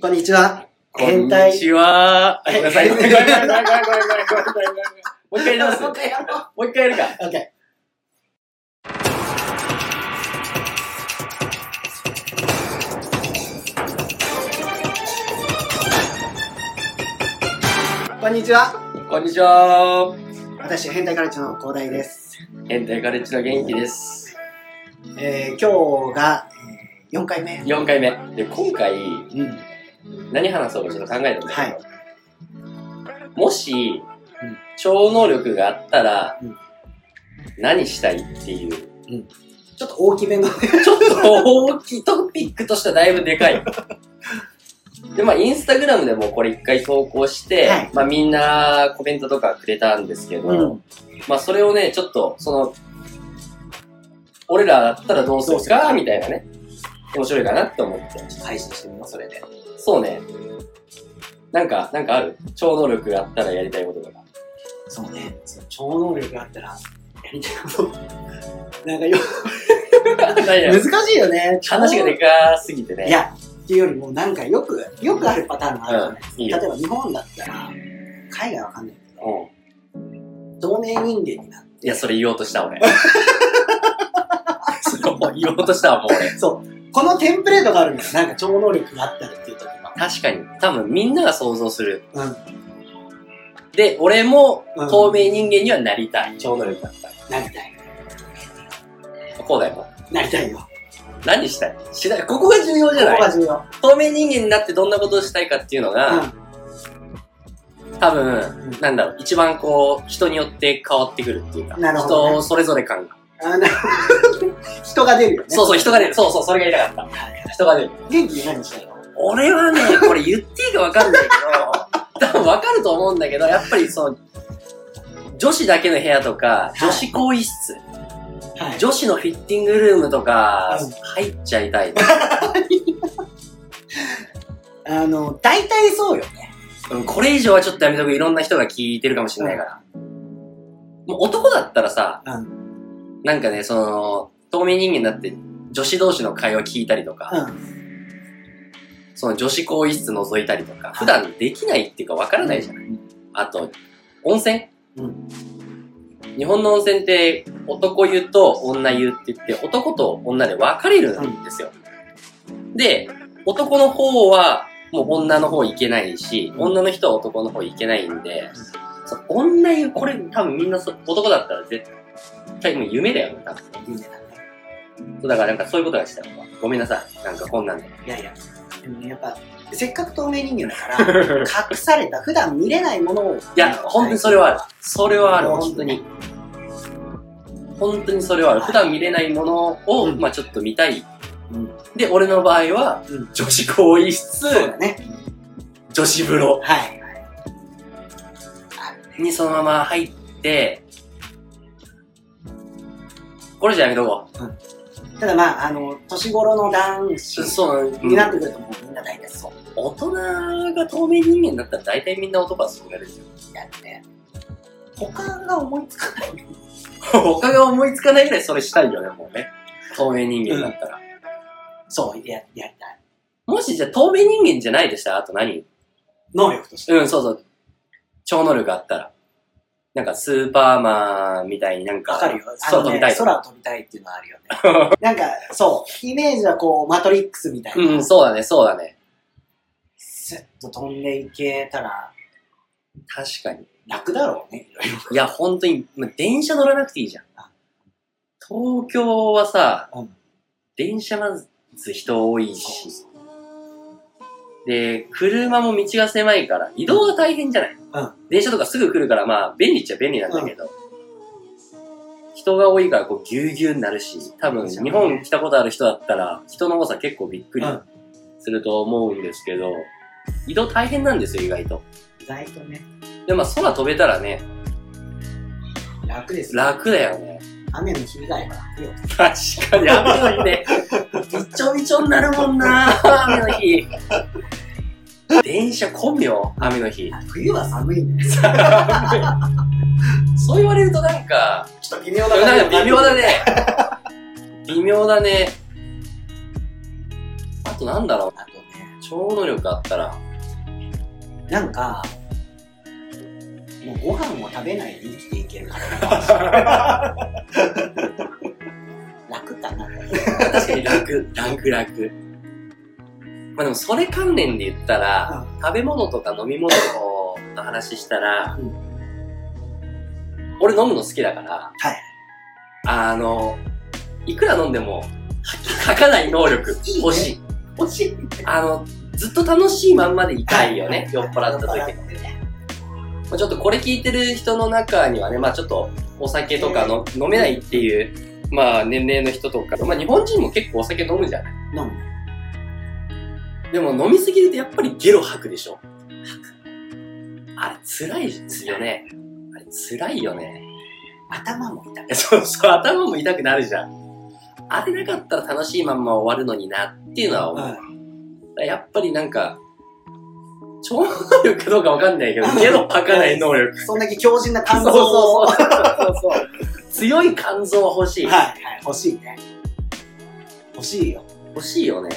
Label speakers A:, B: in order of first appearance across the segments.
A: こんにちは。
B: こんにちは。ごめんなさい。ごめんなさい。ごめんなさい。ごめんなさい。もう一回やり ます。も
A: もう一回やろう
B: う一回やるか。
A: オッケー。こんにちは。
B: こんにちは。
A: 私、変態カルチャーの広大です。
B: 変態カレッジの元気です。
A: えー、今日が、えー、4回目。
B: 4回目。で、今回、
A: うん。うん。
B: 何話そうかちょっと考えたんだ
A: は
B: け
A: い
B: ど、もし、超能力があったら
A: うん、
B: 何したいっていう、
A: ちょっと大きめの。
B: ちょっと大きいトピックとしてはだいぶでかい。で、まあ、インスタグラムでもこれ一回投稿して、
A: はい
B: まあ、みんなコメントとかくれたんですけ ど、
A: うん。
B: まあそれをね、ちょっと、その、俺らだったらどうする
A: どうする
B: か、
A: か
B: みたいなね。面白いかなって思って、ちょっと配信してみよう、それで。そうね。なんか、なんかある超能力があったらやりたいことと か。
A: そうね。その超能力があったら、やりたい こと。なんかよ、
B: 何や
A: 難しいよね。
B: 話がでかすぎてね。
A: い、や、っていうよりも、なんかよく、よくあるパターンがあるよね。
B: うん、いい
A: 例
B: よ。
A: えば日本だったら、海外わかんないけど、
B: うん。
A: 同盟人間になる。
B: いや、それ言おうとした、俺。 それもう言おうとしたわ、もう俺。
A: このテンプレートがあるんだよ。なんか超能力があったらっていう時は。
B: 確かに。多分みんなが想像する。
A: うん。
B: で、俺も
A: うん
B: 透明人間にはなりたい。超能力だった
A: なりたい。
B: ら。こうだよ。
A: なりたいよ。
B: 何したいしない。ここが重要じゃな
A: こ
B: い
A: こが重要。
B: 透明人間になってどんなことをしたいかっていうのが、多分、
A: うん
B: なんだろう、一番こう、人によって変わってくるっていうか、
A: なるほどね
B: 人それぞれ感が。
A: うん。あな人が出るよね。
B: そうそう、人が出る。そうそう、それが言いたかった。人が出る。
A: 元気に何したいの
B: 俺はね、これ言っていいかわかんない けど、多分わかると思うんだけど、やっぱりその、女子だけの部屋とか、
A: い
B: 女子更衣室、
A: はい。
B: 女子のフィッティングルームとか
A: うん、
B: 入っちゃいたい。
A: あの、大体そうよね。
B: うんこれ以上はちょっとやめとく。いろんな人が聞いてるかもしれないから。もう男だったらさ、
A: う
B: なんかね、その、透明人間になって女子同士の会話聞いたりとか、
A: うん。
B: その女子更衣室覗いたりとか、普段できないっていうかわからないじゃない。あと、温泉
A: うん
B: 日本の温泉って男湯と女湯って言って男と女で分かれるんですよ。で、男の方はもう女の方行けないし、女の人は男の方行けないんで、そう女湯、これ多分みんなそう男だったら絶対もう夢だよね、多分。
A: いいねだね。
B: そうだからなんかそういうことがしたい。ごめんなさい。なんかこんなんで。
A: いやいや。でもね、やっぱ、せっかく透明人間だから、 隠された、普段見れないものを。い
B: いや、本当にそれはある。それはある、本当に。本当にそれはある。
A: はい
B: 普段見れないものを、
A: うん
B: まあちょっと見たい。
A: うん
B: で、俺の場合は、
A: うん
B: 女子更衣室、
A: そうだね。
B: 女子風呂
A: はい。
B: にそのまま入って、これじゃやめとこ
A: ただまあ、あの、年頃の男
B: う。
A: 子
B: そう、
A: になってくるともうみんな大体そう
B: 大人が透明人間だったら大体みんな男はそうなるんですよ。
A: やって、他が思いつかない。
B: 他が思いつかないぐらいそれしたいよね、もうね。透明人間だったら。
A: そう、や、やりたい。
B: もしじゃあ透明人間じゃないでしたら、あと何
A: 能力として。
B: うん、そうそう。超能力あったら。なんか、スーパーマンみたいになんか、
A: わかるよ。あ
B: 空
A: の
B: 飛
A: ね
B: びたいとか
A: 空を飛びたいっていうのはあるよ ね。なんか、そう、イメージはこう、マトリックスみたいな。
B: うん、そうだね、そうだね。
A: スッと飛んでいけたら、
B: 確かに。
A: 楽だろうね。
B: いや、本当に、ま電車乗らなくていいじゃん
A: あ。
B: 東京はさ、
A: うん
B: 電車まず人多いし、で、車も道が狭いから、移動が大変じゃない、
A: ん
B: 電車とかすぐ来るから、まあ、便利っちゃ便利なんだけど、人が多いから、こう、ぎゅうぎゅうになるし、多分、日本来たことある人だったら、人の多さ結構びっくり
A: うん
B: すると思うんですけど、移動大変なんですよ、意外と。
A: 意外とね、
B: で、まあ、空飛べたらね、
A: 楽ですよ。
B: 楽だよね。
A: 雨の日以外は楽よ。
B: 確かに、雨の日ね。びちょびちょになるもんな、雨の日。電車混むよ、雨の日。
A: 冬は寒い ね。
B: そう言われるとなんか、
A: ちょっと微妙だ
B: なんか微妙 だ。ね。微妙だね。あとなんだろ
A: あとね、
B: う。超能力あっ たら、
A: なんか、もうご飯を食べないで生きていけるから。楽かな。
B: 確かに楽、楽、楽。まあでもそれ関連で言ったら、食べ物とか飲み物の話したら、
A: うん
B: 俺飲むの好きだから、
A: はい
B: あの、いくら飲んでも吐かない能力
A: いいね
B: 欲しい。
A: 欲しい。
B: あの、ずっと楽しいまんまでいたいよね、酔っ払った時。
A: 酔っ
B: ま
A: 払ってね
B: あちょっとこれ聞いてる人の中にはね、まあちょっとお酒とかの飲めないっていう、まあ年齢の人とか、まあ日本人も結構お酒飲むじゃん。
A: 飲む。
B: でも飲みすぎるとやっぱりゲロ吐くでしょあれ辛いですよね。あれ辛いよね。
A: 頭も痛い。
B: そうそう、頭も痛くなるじゃん。あれなかったら楽しいまんま終わるのになっていうのは思う。だか
A: う
B: らやっぱりなんか、超能力かどうかわかんないけど、ゲロ吐かない能力。
A: ん。そんだけ強靭な肝臓
B: そう
A: を。
B: そうそうそうそう。強い肝臓は欲しい。
A: はい、はい、欲しいね。欲しいよ。
B: 欲しいよね。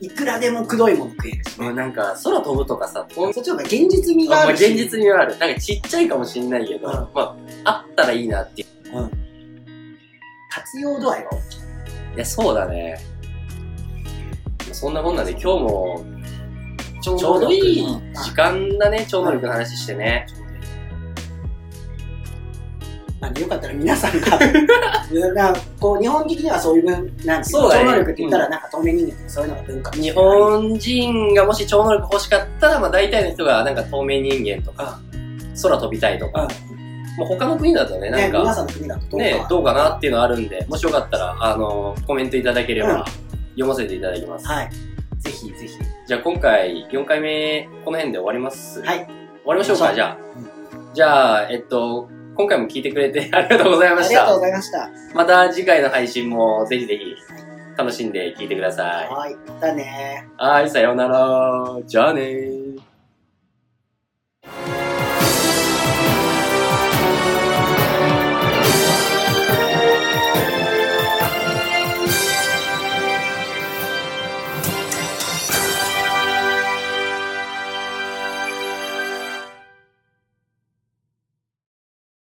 A: いくらでもくどいもの食えるし。
B: もうなんか、空飛ぶとかさ、ほん
A: そっちの方が現実味が
B: あ
A: あ
B: まあ、
A: るし。
B: 現実にはある。なんかちっちゃいかもしんないけど、
A: うん
B: まあ、あったらいいなっていう。
A: 活用度合いが大きい。
B: いや、そうだね。そんなこんなで今日も
A: ち
B: ちょうどいい
A: うん
B: 時間だね、超能力の話してね。
A: なんでよかったら皆さん が、なんかこう日本的にはそういう分、なんていう
B: そう
A: の
B: だ
A: 超
B: ね
A: 能力って言ったら、なんか透明人間とかそういうのが文化
B: 日本人がもし超能力欲しかったら、まあ大体の人がなんか透明人間とか、空飛びたいと
A: う
B: か、
A: ん
B: もう他の国だとね、な
A: ね、
B: ん
A: 皆
B: か、
A: さんの国だとどうか
B: ね、
A: は
B: どうかなっていうのあるんで、もしよかったら、あの、コメントいただけれ
A: うん
B: ば、読ませていただきます。
A: はい。ぜひぜひ。
B: じゃあ今回4回目、この辺で終わります。
A: はい。
B: 終わりましょうか、じゃあ。じゃあ、えっと、今回も聞いてくれて ありがとうございま
A: あ
B: し
A: りがとう
B: た
A: ご。ざいました。
B: また次回の配信もぜひぜひ楽しんで聞いてください。
A: はい。だねー。
B: はい、さようなら。じゃあねー。